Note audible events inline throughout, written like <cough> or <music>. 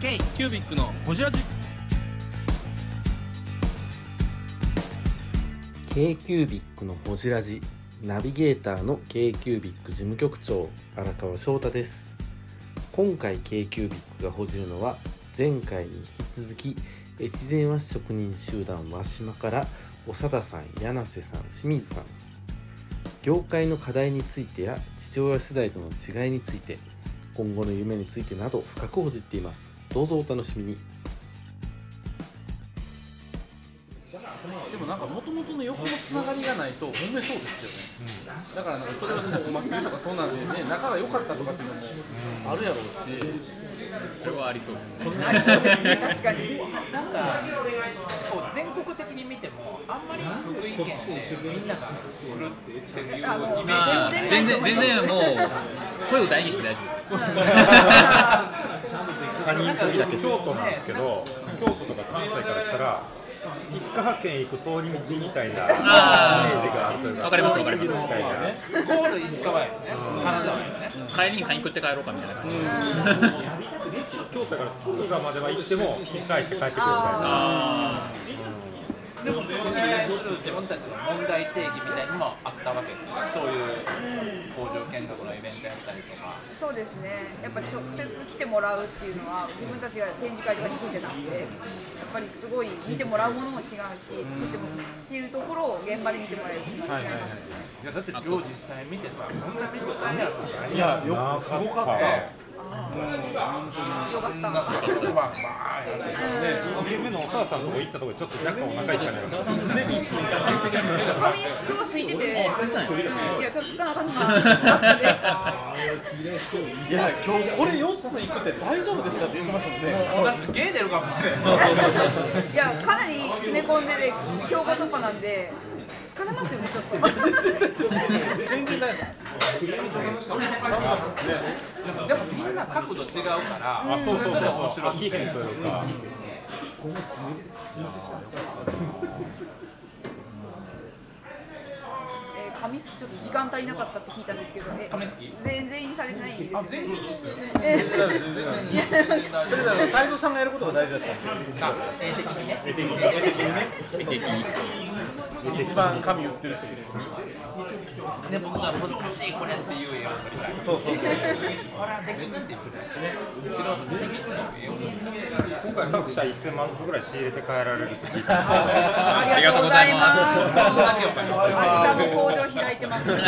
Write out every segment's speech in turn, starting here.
K キュービックのホジラジ k q u b i c のほじラジナビゲーターの k q u b i c 事務局長荒川翔太です今回 k q u b i c がほじるのは前回に引き続き越前和紙職人集団和島から長田さん柳瀬さん清水さん業界の課題についてや父親世代との違いについて今後の夢についてなど深くほじっていますどうぞお楽しみにでもなんかもともとの横のつながりがないと揉めそうですよね、だからなんかそれはそのお祭りとかそうなんでね仲が良かったとかっていうのもあるやろうし、それはありそうですね。そうですね、確かに。なんか、こう全国的に見ても、あんまり福井県でみんなが来るっていうイメージ全然全然もう声を大にして大丈夫ですよ。他人すぎだけど京都なんですけど、京都とか関西からしたら石川県行く通り道みたいなイメージがあるというわかりますわかりますみたいなゴール石川よね、金沢よね。帰りに買いに食って帰ろうかみたいな感じ。京都から敦賀までは行っても引き返して帰ってくるみたいなあでも、それ自分たちの問題定義みたいにもあったわけですよね。そういう工場見学のイベントやったりとか。そうですね、やっぱり直接来てもらうっていうのは、自分たちが展示会とかに行くんじゃなくて、やっぱりすごい見てもらうものも違うし、作ってもっていうところを現場で見てもらえるのは違いますよね。いや、だって、量実際見てさ、こんな見応えやろとか。いやよくすごかったよかった。まあ夢のお母さんとこ行ったところちょっと若干お腹痛くなりました髪今日空いてて、うんいやちょっとつかなかったな。いや今日これ4つ行くって大丈夫ですかって言ってましたもんねなんか芸出るかもね。いやかなり詰め込んでで強化突破なんで疲れますよねちょっと。全然大丈でもみんな角度違うから、あそうそうそうそう飽きへんというかえー、紙すきちょっと時間足りなかったって聞いたんですけど、え亀好き全全員されてないんですよ、ね。全員ですよえー <laughs> 夫だから太蔵さんがやることが大事だったん性的にね。あ、見ていいで一番髪言ってるしで僕が難しいこれっていう絵を撮りたい。そうそうそうこれはできんって言ってたよね。素人できんの絵を撮りたい。今回各社1000万ずつぐらい仕入れて帰られると聞いてありがとうございます。あ明日も工場開いてますんで。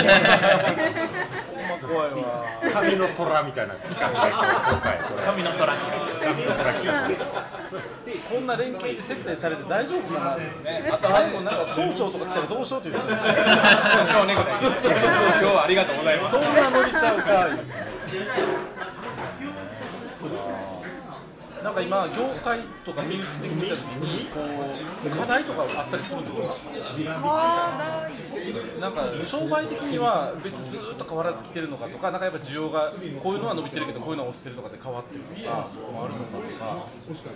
怖いわ紙の虎みたいな企画が今回これのトラッ紙の虎企画こんな連携で接待されて大丈夫なのねあと最後なんか町長とか来たらどうしようって言ってたんですよ今日ね、そうそうそう、今日はありがとうございます。そんなノリちゃうか言うてなんか今業界とか身内で見た時にこう課題とかあったりするんですかあなんか商売的には別にずっと変わらず来てるのかとかなんかやっぱ需要がこういうのは伸びてるけどこういうのは落ちてるとかで変わってるとかもあるのかとか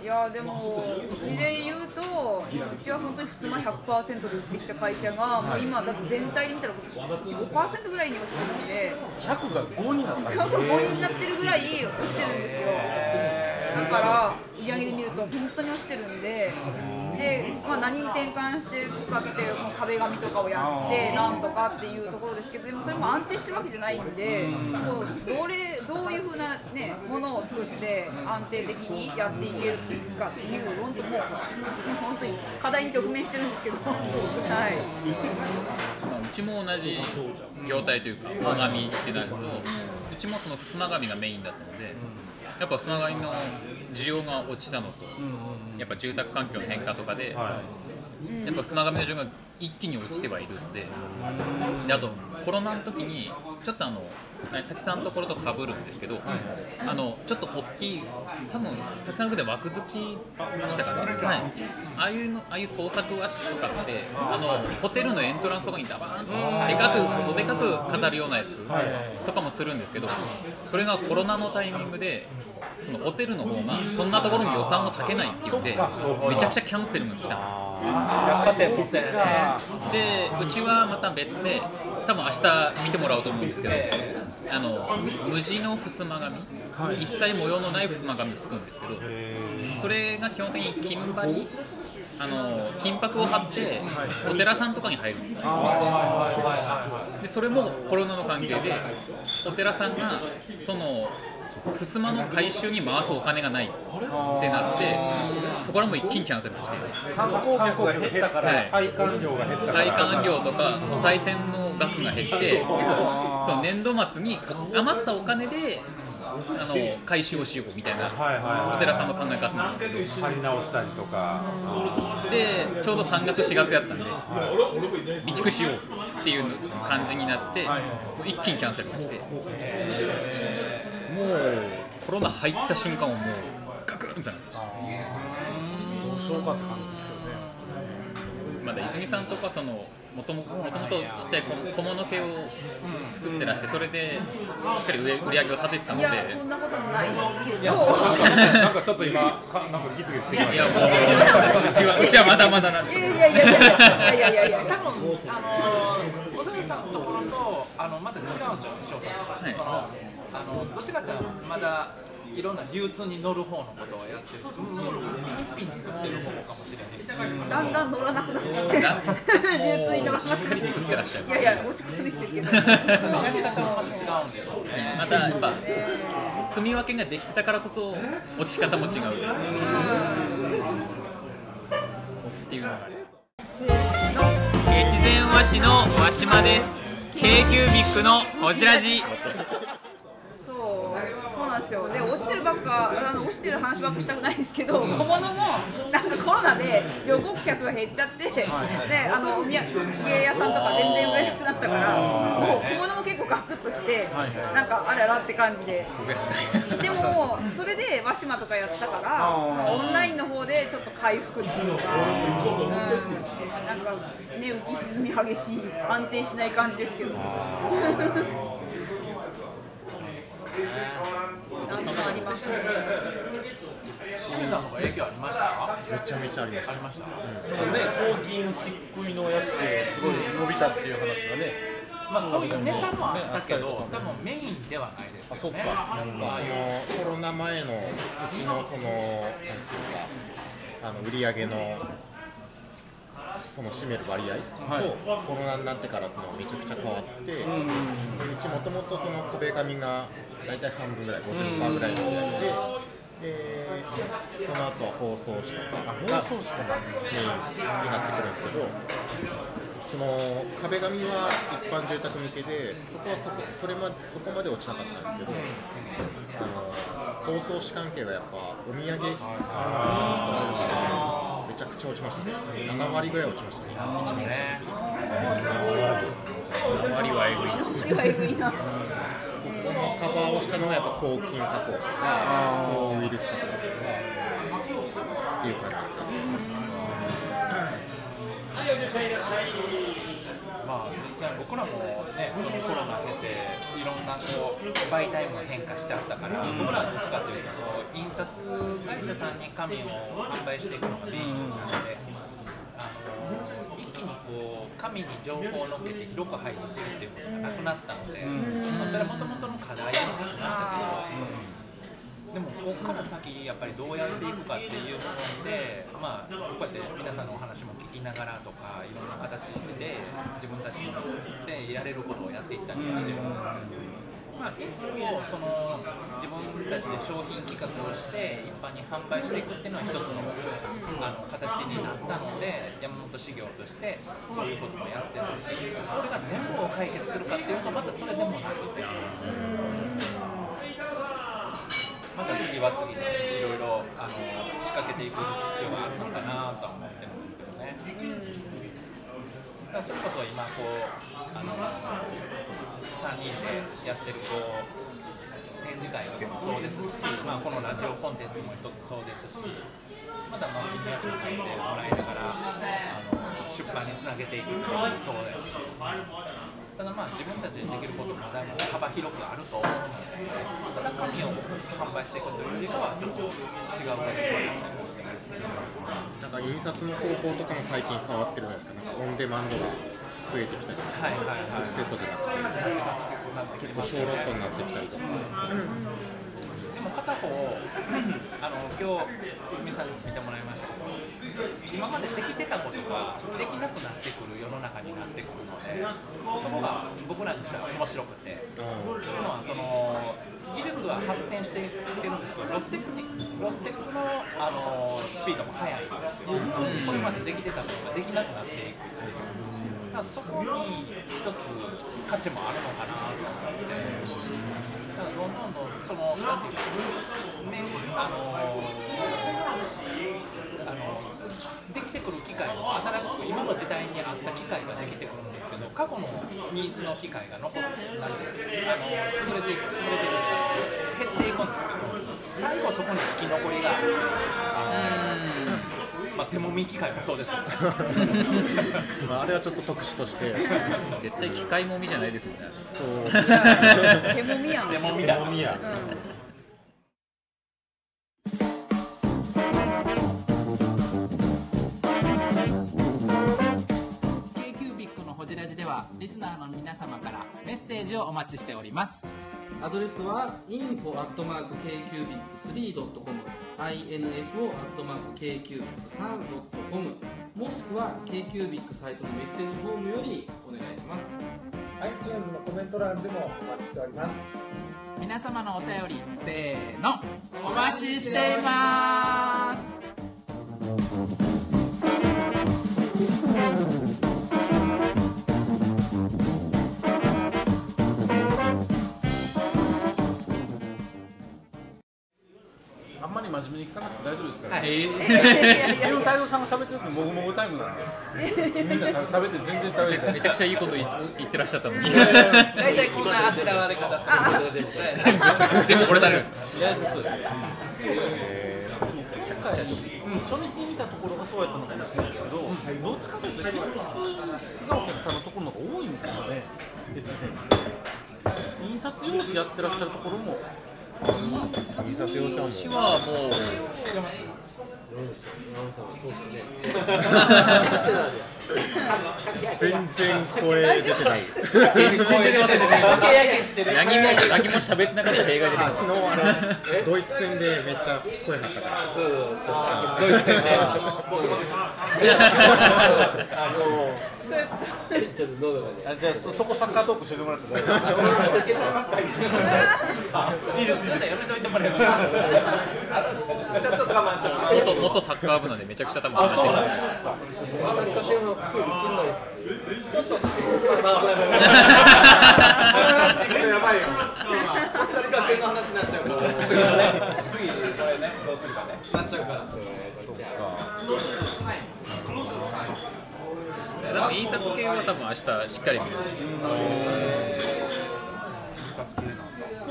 ーいやでもうちで言うとうちは本当に襖100%で売ってきた会社がもう今だって全体で見たらうち5%ぐらいに落ちてるんで100が5になった過去5になってるぐらい落ちてるんですよだから売り上げで見ると本当に落ちてるんでで、まあ、何に転換していくかっていうまあ壁紙とかをやってなんとかっていうところですけどでもそれも安定してるわけじゃないんでこうどれどういうふうな、ね、ものを作って安定的にやっていけるかっていう本当もう本当に課題に直面してるんですけど、はい、うちも同じ業態というか、大紙ってなると、うちもその襖紙がメインだったので、やっぱ襖紙の需要が落ちたのと、やっぱ住宅環境の変化とかで、やっぱ襖紙の需要が一気に落ちてはいるので、であとコロナの時に、ちょっとあの、滝さんのところとかぶるんですけど、あのちょっと大きい、多分滝さんのところで枠付きましたかね、はい、ああいうのああいう創作和紙とかって、あのホテルのエントランスとかにダバーンってでかく、どでかく飾るようなやつとかもするんですけど、それがコロナのタイミングで、そのホテルの方がそんなところに予算を避けないって言って、めちゃくちゃキャンセルが来たんです。百貨店みたいなね。でうちはまた別で多分明日見てもらおうと思うんですけど、あの無地の襖紙、一切模様のない襖紙をすくんですけど、それが基本的に金張り、あの金箔を貼って、お寺さんとかに入るんですよ。でそれもコロナの関係でお寺さんがその襖の回収に回すお金がないってなってそこらも一気にキャンセルが来て観光客が減ったから、はい配管量が減ったから配管料とかお賽銭の額が減ってその年度末に余ったお金であの回収をしようみたいなはいはいはいお寺さんの考え方なんですけど貼り直したりとかでちょうど3月4月やったんで備蓄しようっていう感じになってもう一気にキャンセルが来てもうコロナ入った瞬間はもうガクンってなりましたどうしようかって感じですよね。まだ泉さんとかそのもともともともとちっちゃい小小物系を作ってらしてそれでしっかり上売り上げを立ててたのいでやそんなこともないですけどなんかちょっと今かなんかギスギスしてきまいしやたもううちはうちはまだまだなんで <laughs> いすやよいやいやいやいやいやいやい多や分あの小杉さんのところとあのまた違うんじゃない翔さんいそのあのどっちかっていうとまだいろんな流通に乗る方のことをやってる乗る一品作ってる方かもしれないだんだん乗らなくなってきてるなん <laughs> 流通に乗らなくなってしっかりきてる作ってらっしゃるいやいや落ち込んできてるけ <laughs> どもうやり方はまた違うんでしょうねまたやっぱ住み分けができてたからこそ落ち方も違うそうっていうのがある越前和紙の和島です k キュービックのほじらじそうそうなんですよで落ちてるばっかあの落ちてる話ばっかしたくないんですけど小物もなんかコロナで旅行客が減っちゃって、ね、あのお土産屋さんとか全然売れなくなったからもう小物も結構ガクッときてなんかあららって感じででももうそれで和島とかやったからオンラインの方でちょっと回復っていうか、うん、なんかね浮き沈み激しい安定しない感じですけど。なんかありますね。清水さんの方が影響ありましためちゃめちゃありましたありましたそのね、抗菌漆喰のやつですごい伸びたっていう話がね、まあそういうネタもあったけど多分メインではないであすそよっねか、まあ、そのコロナ前のうちのそのなんていうかあの売り上げのその占める割合とコロナになってからっていうのがめちゃくちゃ変わって、うちもともとその壁紙が大体半分ぐらい50%ぐらいの売り上げで。でその後は包装紙とかが放送したメインになってくるんですけど、その壁紙は一般住宅向けで、そこはそこそれまそこまで落ちなかったんですけど、あの包装紙関係がやっぱお土産とかに使われるから、めちゃくちゃ落ちましたね、7割ぐらい落ちましたね、割はえぐいこれはえぐいな。このカバーをしたのはやっぱ抗菌加工とか、抗ウイルス加工とかっていう感じですかね。まあ、実際僕らもね、このコロナ経て、いろんなこう媒体も変化しちゃったから、僕らはどっちかというと、印刷会社さんに紙を販売していくのがメインなので、あの一気にこう紙に情報を乗っけて広く配布するっていうことがなくなったので、まあそれはもともとの課題もありましたけど。でもここから先やっぱりどうやっていくかっていう部分で、まあ、こうやって皆さんのお話も聞きながらとかいろんな形で自分たちでやれることをやっていったりはしてるんですけど。まあ、結構その自分たちで商品企画をして一般に販売していくっていうのは一つのあの形になったので山本修行としてそういうこともやってるしこれが全部を解決するかっていうとまたそれでもなくてまた次は次でいろいろあの仕掛けていく必要があるのかなとは思ってるんですけどね。だからそれこそ今こうあの3人でやってるこう展示会とかもそうですし、まあ、このラジオコンテンツも一つそうですしまだまあみんなに聞いてもらいながらあの出版につなげていくっていうのもそうですし。ただまあ自分たちでできることもまだまだ幅広くあると思うので、ただ紙を販売していくというよりかはちょっと違う形になったりしてますね。なんか印刷の方法とかも最近変わってるじゃないですか、なんかオンデマンドが増えてきたりとか、はいはいオフセットじゃななってくて、きてこまうす小よロッねトになってきたりとか、でも片方あの今日皆さんに見てもらいましたけど今までできてたことができなくなってくる世の中になってくるのでそこが僕らにしたら面白くてうとんいうのはその技術は発展していってるんですけどロステクにロステクのあのスピードも速いんですよ、これまでできてたことができなくなっていくっていうだからそこに一つ価値もあるのかなと思って。だからどんどんどんどんそのなんていうか面あのあのできてくる機会も新しく今の時代に合った機会ができてくるんですけど過去のニーズの機会が残るなんですあの潰れていく潰れていく減っていくんですけど最後そこに生き残りがあるまあ手もみ機会もそうですけどねまあ、あれはちょっと特殊として、絶対機械もみじゃないですもんねそう手もみやん。手もみだ手もみやうんアドレスは info.kcubic3.com info.kcubic3.com もしくは KQBIC サイトのメッセージフォームよりお願いします iTunes のコメント欄でもお待ちしております皆様のお便りせーのお待ちしていますあんまり真面目に聞かなくて大丈夫ですから、はいね。いやいでやいやも太蔵さんが喋ってるともぐもぐタイムなんで、みんな食べて全然食べてないめ。ちゃくちゃいいこと言言ってらっしゃったのに大体こんなあしらわれ方する全部全部これだけですいやそうだよ。社会に、うん、初日に見たところがそうやったのかもしれないですけど、どっちかというと建築がお客さんのところの方が多いんですよね。別に。印刷用紙やってらっしゃるところも、印刷用紙はもう私はもう全然声出てない。全然出てませんでしたおけやけしてる何も何も喋ってなかった弊害であ昨日あのドイツ戦でめっちゃ声張ったから。ドイツ戦で。あのあじゃあそそこサッカートークしてもらって大丈いいですいいですやめといてもらえますちょっと我慢してもら元元サッカー部なんでめちゃくちゃ多分話してる次これねどうするかねでも印刷系は多分明日しっかり見る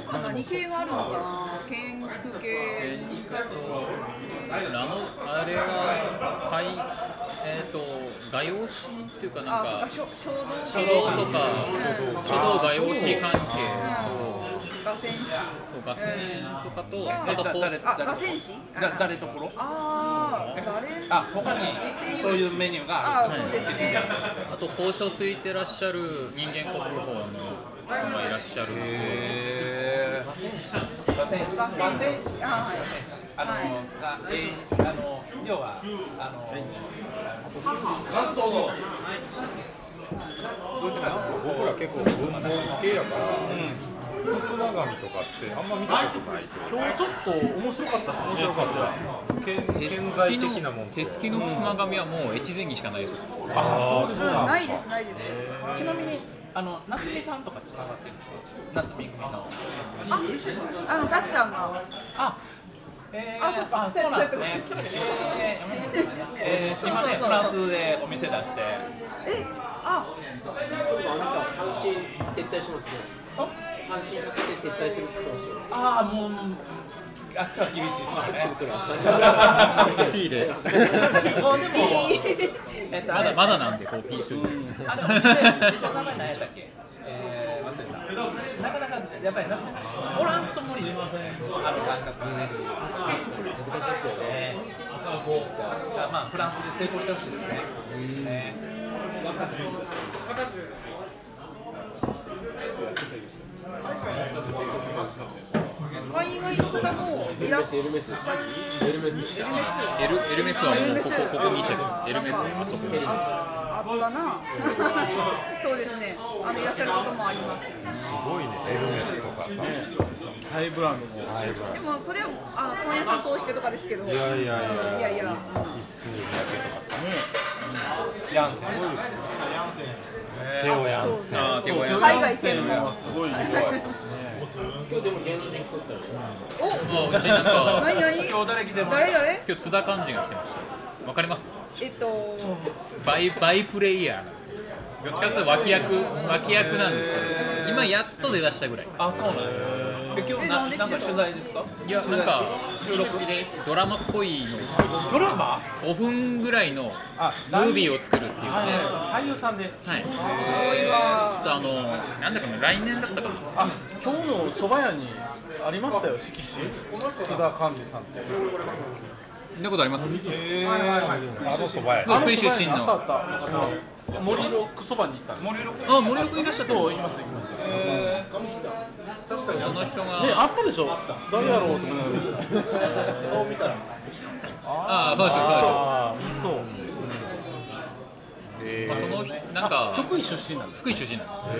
他何系があるのかな。建築系。あのあれは買いえっ、と画用紙っていうかなんあ、かそっか、書道書系。道とかうん書道画用紙関係うん。画戦士。そう画線とかとうんあとこう誰あ、画戦士。だ誰ところああ、誰。あ他にそういうメニューがああー、そうですね。あと交渉すいてらっしゃる人間国宝の方がいらっしゃるのでる画戦画画戦戦士。あ、はい。あの、がえーあの要はあのガストのどっちかな僕ら結構文房具系やから、うん、ふすま紙とかってあんま見たことないという夫。今日ちょっと面白かったですね。よかったけ顕在手すき的なものんと手すきの襖紙はもう越前にしかないそうですああそうですうん、かないです、ないです。ちなみにあの夏美さんとかつながってるんですか夏美組のあ、あの、ガキさんが。あえー、あそっかあそうなんですねそうやってえーやめてくださいねえー、今ねフランスでお店出してえ、あ、ああもうあっちは厳しいですよ <laughs> ー、P で。ねもうでもえっとまあだれまだなんでこうピーしといてあれお店店の名前何やったっけえー、忘れたなかなかやっぱり夏美おらんと無理ですあの感覚がね難しいですよねまあフランスで成功してほしいですねね海外の方もいらっしゃる。エルメス。エルメス。エルエルメスはもうここここ2社あエルメスはあそこ2社あったな。そうですね。あのいらっしゃることもあります。ごいねエルメスとかさハイブランドのでもそれはあの問屋さん通してとかですけど。いいやいやいややいや。一数二百とかさヤンセン手をやんそうすあー手ごやん海外専門はすごい良かったですねあうちなんか何何？今日誰来てます誰誰？今日津田寛治が来てましたわかりますえっと。バイバイプレイヤーなんですよどっちかっていうと脇役脇役なんですけど今やっと出だしたぐらいあそうなんやえ今日えななんで来てるなんか取材ですかいやなんか収録ドラマっぽいのを作るドラマ5分ぐらいのあムービーを作るっていうねはいはい俳優さんではいそうあのなんだかな来年だったかなあ今日の蕎麦屋にありましたよ色紙津田寛治さんって見たことありますあのそばやそう福井出身あったのあった森ロックそばに行ったんです森ロッあ森岡いらっしゃったそういますいますねその人が、あったでしょ誰やろうと思いながらああそうですそあーそううです、まあ、その人なんあか福井出身なんです福井出身なんですよ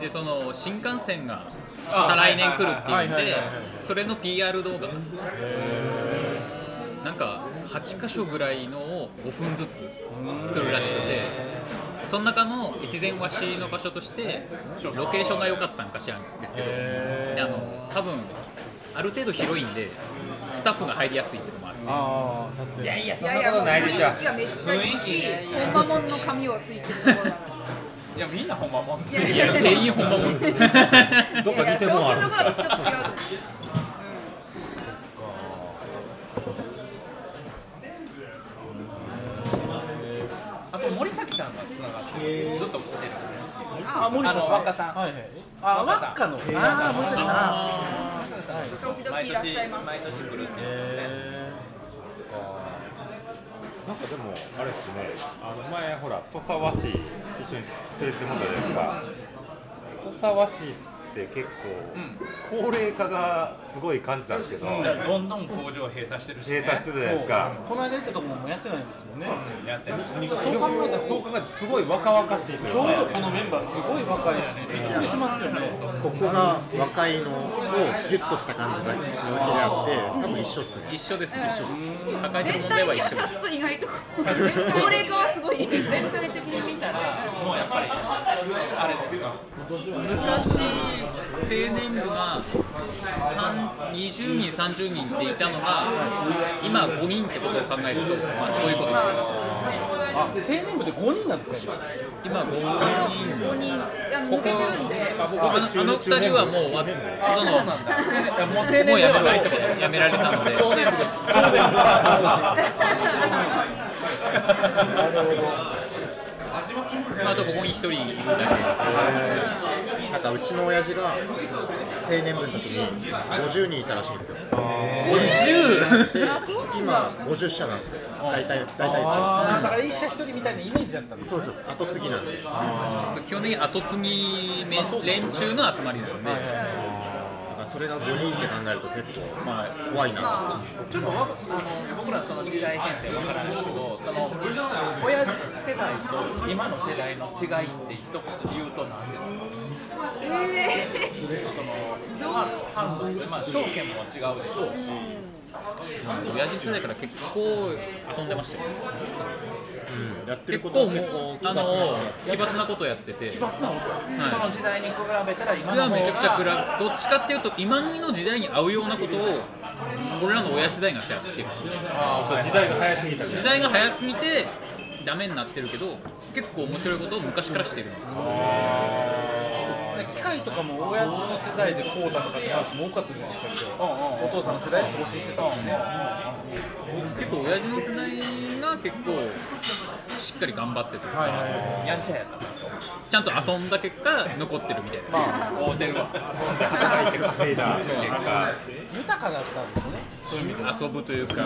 でその新幹線が再来年来るっていうんはいはいではいはいそれの PR 動画なんか8箇所ぐらいのを5分ずつ作るらしくてその中の越前和紙の場所としてロケーションが良かったんか知らんですけどであの多分ある程度広いんでスタッフが入りやすいっていうのもあってああ撮影いやいやいや、もう雰囲気がめっちゃいいし、本間もんの髪はついてるところだ。いやみんなほんまもんいやいや、全員い本物です。 <laughs> どっか似やいや、て証るもんあ券るのんとでこすろかとちょっと違うと思う。あと森崎さんがつながってずっと持ってるあ森下さんあの若さんはいはいああ若さん若のああ森下さん時々毎いらっ年しゃいます。毎年来るんでなんかでもあれですねあの前ほら土佐和紙一緒に連れてもらったじゃないですか土佐和紙って結構、高齢化がすごい感じたんですけど、閉どんどん工場閉鎖してるし、ね、鎖してたじゃないですかこの間行ったとこもやってないんですもんねやってるそう考えたらそそうう考えるとすごい若々しいという今日のかこのメンバーすごい若いしびっくりしますよねここが若いのをギュッとした感じだけであって多分一緒っすね一緒です、一緒。抱えてる全問題体はに一緒で渡す。すと意外と高齢化はすごい。全体的に見たら。もうやっぱりあれですか昔、青年部が三20人、30人っていたのが、今5人ってことを考えると、まあそういうことです。あ青年部で5人なんですか今今5人。ここに、あの、抜けてるんで。あのあの2人はもう終わった。そのもう青もうやめはられたことやめられたので。青年部でまああとここに1人いるだなんかうちの親父が青年部の時に50人いたらしいんですよであそうなん今だ50社なんですよ大体大体ああだから一社一人みたいなイメージだったんですそうそうそう後継ぎなんでだかけ。そう基本的に後継ぎめ連中の集まりなので。らそれが5人って考えると結構まあ怖いなとまちょっとわかあの僕らその時代編成わからないですけど、その親世代と今の世代の違いって一言言うと何ですか？あええその反反応まあ証券も違うでしょうし、親父世代から結構遊んでましたよやってる結こ構もとはう結構あの奇抜なことやっててバスなのはいその時代に比べたら今僕はのめちゃくちゃ方が暗いどっちかっていうと今の時代に合うようなことを俺らの親世代がしちゃってるんですよそう時代が早すぎた時代が早すぎてダメになってるけど結構面白いことを昔からしてるんですよ機械とかも親父の世代でこうだとかって話も多かったじゃないですか今日お父さんの世代で投資してたもんね結構親父の世代が結構しっかり頑張ってというかやんちゃやったなと。ちゃんと遊んだ結果残ってるみたいな、大手が働いて稼いだ結果豊かだったんですよねそういう意味では遊ぶというか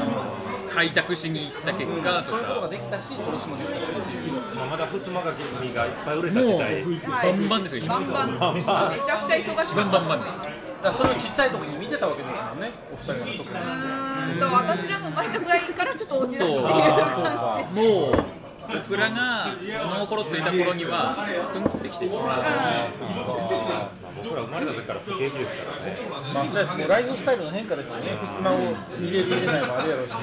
開拓しに行った結果とそういうことかができたし投資もできたしっていうまあまだふつまがきがいっぱい売れた時代もうはいバンバンですよバンバンめちゃくちゃ忙しかった一番バンバンですだからそれをちっちゃい時に見てたわけですもんねお二人のとこうーんと私らが生まれたぐらいからちょっと落ち出すっていう感じでもう僕らが物心ついた頃にはプンってきてる僕ら生まれた時からすげえですからねまあ、そうですね、ライフスタイルの変化ですよね、ふすまを入れる入れないもあるやろうし、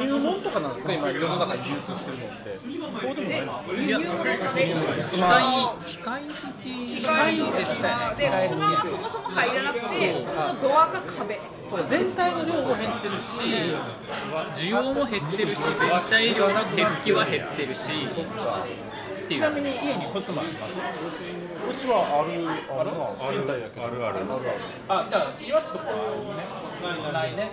輸入物とかなんですか、今、世の中に流通してるのって、そうでもないんですか、うん、輸入もなんかね機械機械好き機械のでしたでふすまはそもそも入らなくて普通のドアか壁そう全体の量も減ってるし、需要も減ってるし全体量の手すきは減ってるしっていちうなみに家にふすまありますうちはある、あるな、賃貸やけど、あるあるあじゃあ岩地とかはねないね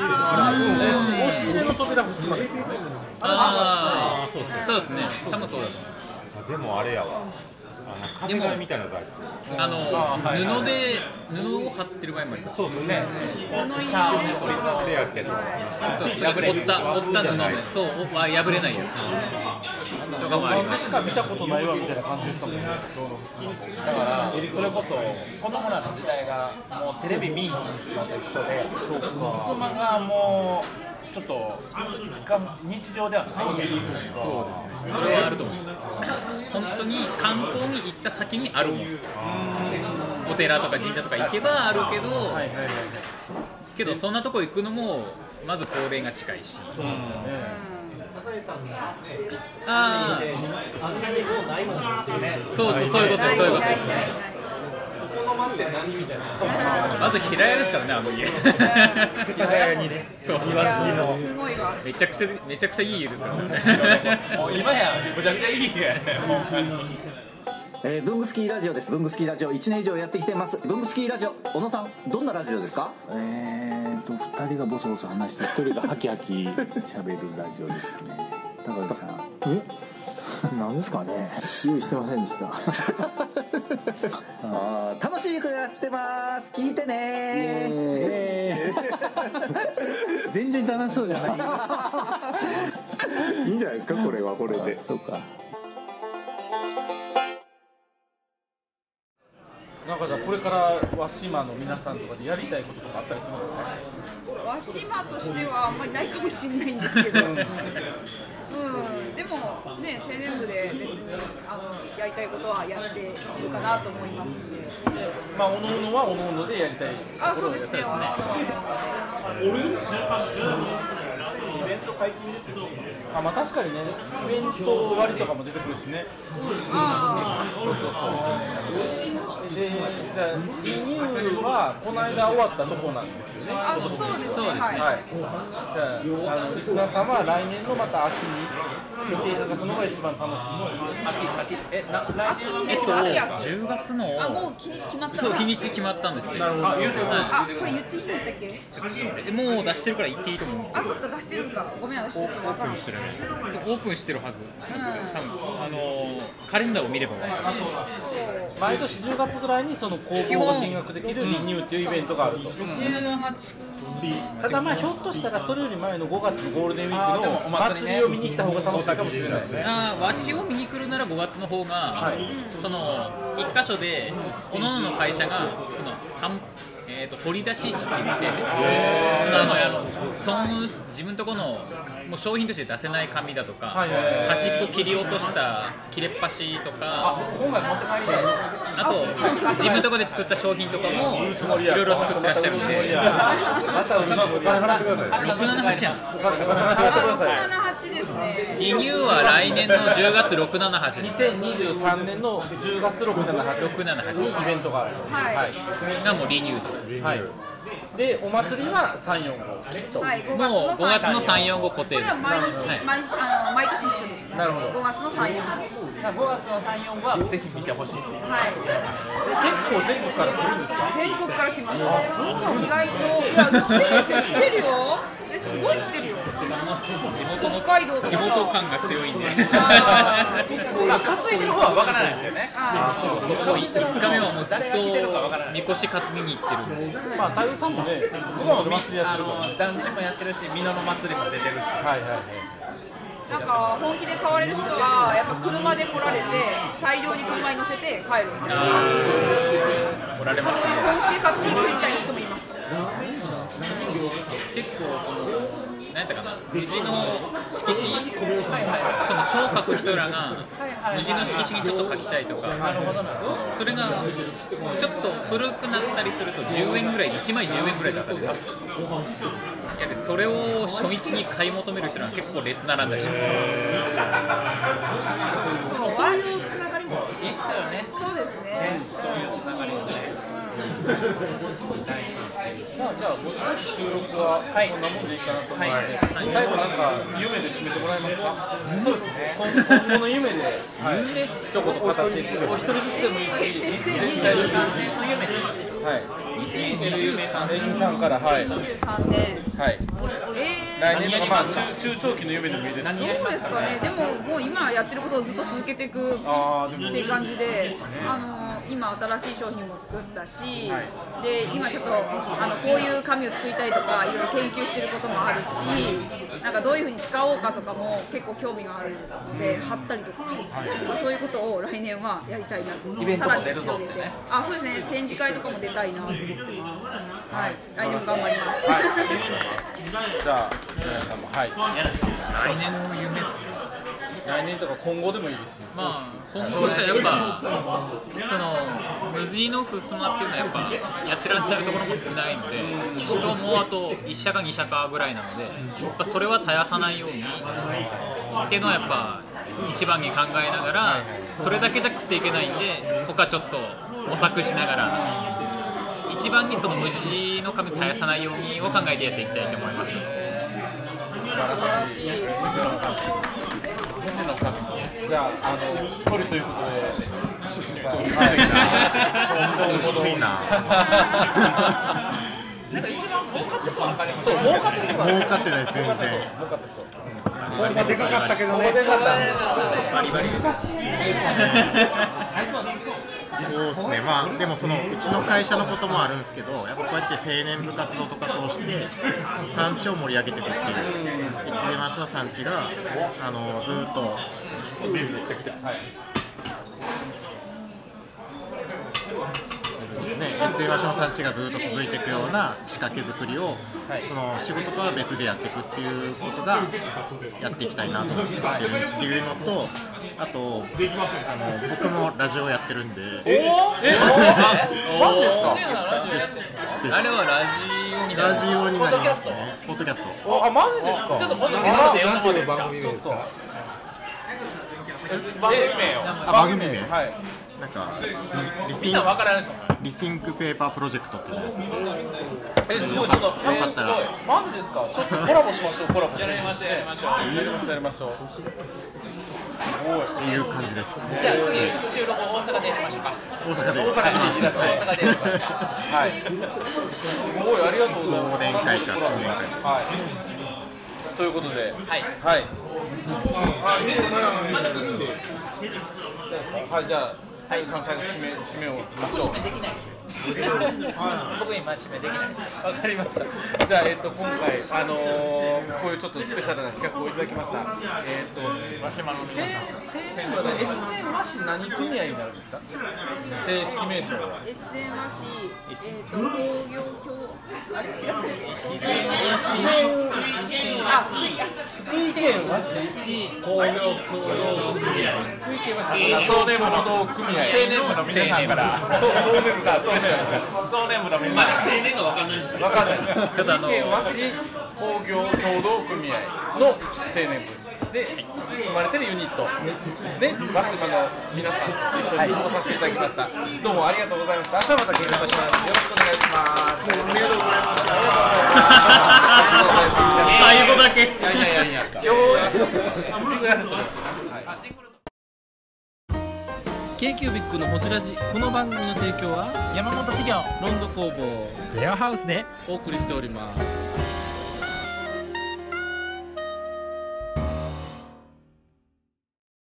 押し入れの扉、ふすまですよね、ああそうですね多分そうだと思あでもあれやわあの壁紙みたいな材質うあの布で布を貼ってる場合もありますそうですね布入れねそれなってやけどそうですね折った折った布でそうは破れないやつとかもあり漫ま画すしか見たことないわみたいな感じでしたもんね、だからそれこそ子供らの時代がもうテレビ見いひんのと一緒でそうか、ふすまがもうちょっとが日常ではないやんそうですねそれはあると思う本当に観光に行った先にあるもんお寺とか神社とか行けばあるけど、けどそんなとこ行くのもまず高齢が近いしそうですよねああそうそうそういうことですそういうことですまず平屋ですからねあの家平屋にねそういやすごいわめちゃくちゃめちゃくちゃいい家です <laughs> からねもう今やむちゃくちゃいいやんもうえー、ブングスキーラジオです。ブングスキーラジオ1年以上やってきてます。ブングスキーラジオ、小野さん、どんなラジオですかえーと、2人がボソボソ話して、1人がハキハキ喋るラジオですね。高木さん。えなんですかね用意してませんで <laughs> した。あー楽しい曲やってます。聞いてね <laughs> 全然楽しそうじゃない。いいんじゃないですか、これはこれで。そうか。なんかじゃあ、これから和島の皆さんとかでやりたいこととかあったりするんですか、和島としてはあんまりないかもしれないんですけど、うん、でもね青年部で別にあのやりたいことはやっているかなと思いますんでまあ、おのおのはおのおのでやりたい、あそうですねあのあまあ、確かにね、イベント割とかも出てくるしね。あそうそうそう。で、じゃあリニューはこの間終わったとこなんですよね。あそうですねそうですねはいはい。じゃああのリスナーさんは来年のまた秋に見ていただくのが一番楽しい。秋秋えな来年ええっっとと秋秋10月あものう日に決まったそうな日にち決まったんですけどあ言うてもはあこれ言っていいんだったっけいちょっとすいませんもう出してるから言っていいと思うんですけあどそっか出してるんかごめん私ちょっと分からないそうオープンしてるはずなんですよ多分あのーカレンダーを見れば分かる毎年10月ぐらいにその工基房本が見学できるリニューっていうイベントがあると。 178ただまあひょっとしたらそれより前の5月のゴールデンウィあーでーもクおの祭りね祭りを見に来た方が楽しいかもしれない。あー和紙を見に来るなら5月の方が、その1箇所で各々の会社がそのはんえー、と掘り出し市って言ってそのあの損自分とこのもう商品として出せない紙だとか、はいはいはい端っこ切り落とした切れっ端とか今回持って帰りたいあと自分とこで作った商品とかもいろいろ作ってらっしゃるんでまたお金払ってください。 678円お金払ってください。あ678でですね。リニューは来年の10月678です2023年の10月678 678にイベントがある、はいがもうリニューですはい、でお祭りは345と、はい、5月もう5の月の3 345固こ定れではす毎日、はい毎週あの毎年一緒です。なるほど5月の3、4。だから5月の3、4はぜひ見てほしいと思いますはい。結構全国から来るんですか全国から来ます。意外と、いや、来てる来てるよ。え、すごい来てるよ。北海道とか。地元感が強いんであまあ、担いでる方は分からないですよね。あーそうそうもう5日目はもうずっ誰が来てるかわからとみこし担ぎに行ってるんでまあ太陽さんもね僕もみあの団地にもやってるし、美濃の祭りも出てるし。はいはいはいなんか本気で買われる人はやっぱ車で来られて大量に車に乗せて帰るみたいなおられますね本気で買っていくみたいな人もいます結構その何やったかな無事の色紙、その書を書く人らが無事の色紙にちょっと書きたいとか、それがちょっと古くなったりすると10円ぐらい1枚10円ぐらい出されるいやでそれを初日に買い求める人らが結構列並んだりしますそういうつながりもいいっすよね。そうですね、つながりもね。まあじゃあご自身収録はこんなもんでいいかなと思って、はい最後なんか夢で締めてもらえますか、そうですね。今今後の夢で、一言語っていくお一人ずつでもいいし全体でもいいしはいえゆみさんからはい2023年はいえー、来年のまあ中中長期の夢でもいいですしどうですかねでももう今やってることをずっと続けていくあーでもっていう感じで、あの今新しい商品も作ったし、で今ちょっとあのこういう紙を作りたいとかいろいろ研究してることもあるし、なんかどういうふうに使おうかとかも結構興味があるので、貼ったりとか、そういうことを来年はやりたいなと。イベントも出るさぞらってねに広げてあ、そうですね。展示会とかも出たいなと思ってます。はい、来年も頑張ります。じゃあ皆さんもはい来年の夢来年とか今後でもいいですしまあ今後としてはやっぱその無地のふすまっていうのはやっぱやってらっしゃるところも少ないので人もあと1社か2社かぐらいなのでやっぱそれは絶やさないようにっていうのはやっぱ一番に考えながらそれだけじゃ食っていけないんで他ちょっと模索しながら一番にその無地の紙を絶やさないようにを考えてやっていきたいと思います。じゃああの取るということできつい <laughs> なそう儲かってそうなんです儲かってないです儲全然かってそうでかかったけどね。そうですね、まあ、でもそのうちの会社のこともあるんですけど、やっぱこうやって青年部活動とか通して、産地を盛り上げていくっていう、越前町の産地が、あのずっと。そうですね、越前町の産地がずっと続いていくような仕掛け作りを、その仕事とは別でやっていくっていうことが、やっていきたいなと思ってるっていうのと、あと、あの僕もラジオやってるんで。マジですかあれはラジオになるラジオになりますね。ポッドキャスト。おあマジですかちょっと今度ゲストで呼んでる番組ちょっと番組名よあ、番組名。はいなんか、リリスインク、リスインクペーパープロジェクトっていうのやってるえすごいそのかったらえーすごいマジですかちょっとコラボしましょうコラボやりましょうやりましょうやりましょうやりましょうすごいっていう感じです。じゃあ次収録大阪でやりましょうか。大阪で。大阪にいらっしゃい大阪ですはいすごいありがとうございます忘年会か新年会はいということではい。はい。はい、じゃあ、太陽さん、最後締め、締めを行きましょ締めできないです。僕今締めできないです。う。わかりました。じゃあ、えっ、と、今回、あのーこういうちょっとスペシャルな企画をいただきました。えっ、と、マシュマロ。青年部はね、越前和紙何組合になるんですか。正式名称は。越前和紙、えっ、と工業協あれ違ってる。あ、福井か。福井県和紙工業協同組合福井県和紙青年部労働組合青年部の皆さんから。そう青年部か青年部青年部のみんまなだ。青年が分かんないんでわかんない。ちょっとあの福井県和紙工業協同組合の青年部。で生まれてるユニットですねマシュマの皆さんと一緒に過ごさせていただきました、どうもありがとうございました明日また検査しますよろしくお願いしますありがとうございますありがとうご最後ざいますだけいやいやいやいや今日ジングルやつと思います k q b i c のホジラジこの番組の提供は山本資源ロンド工房レアハウスでお送りしております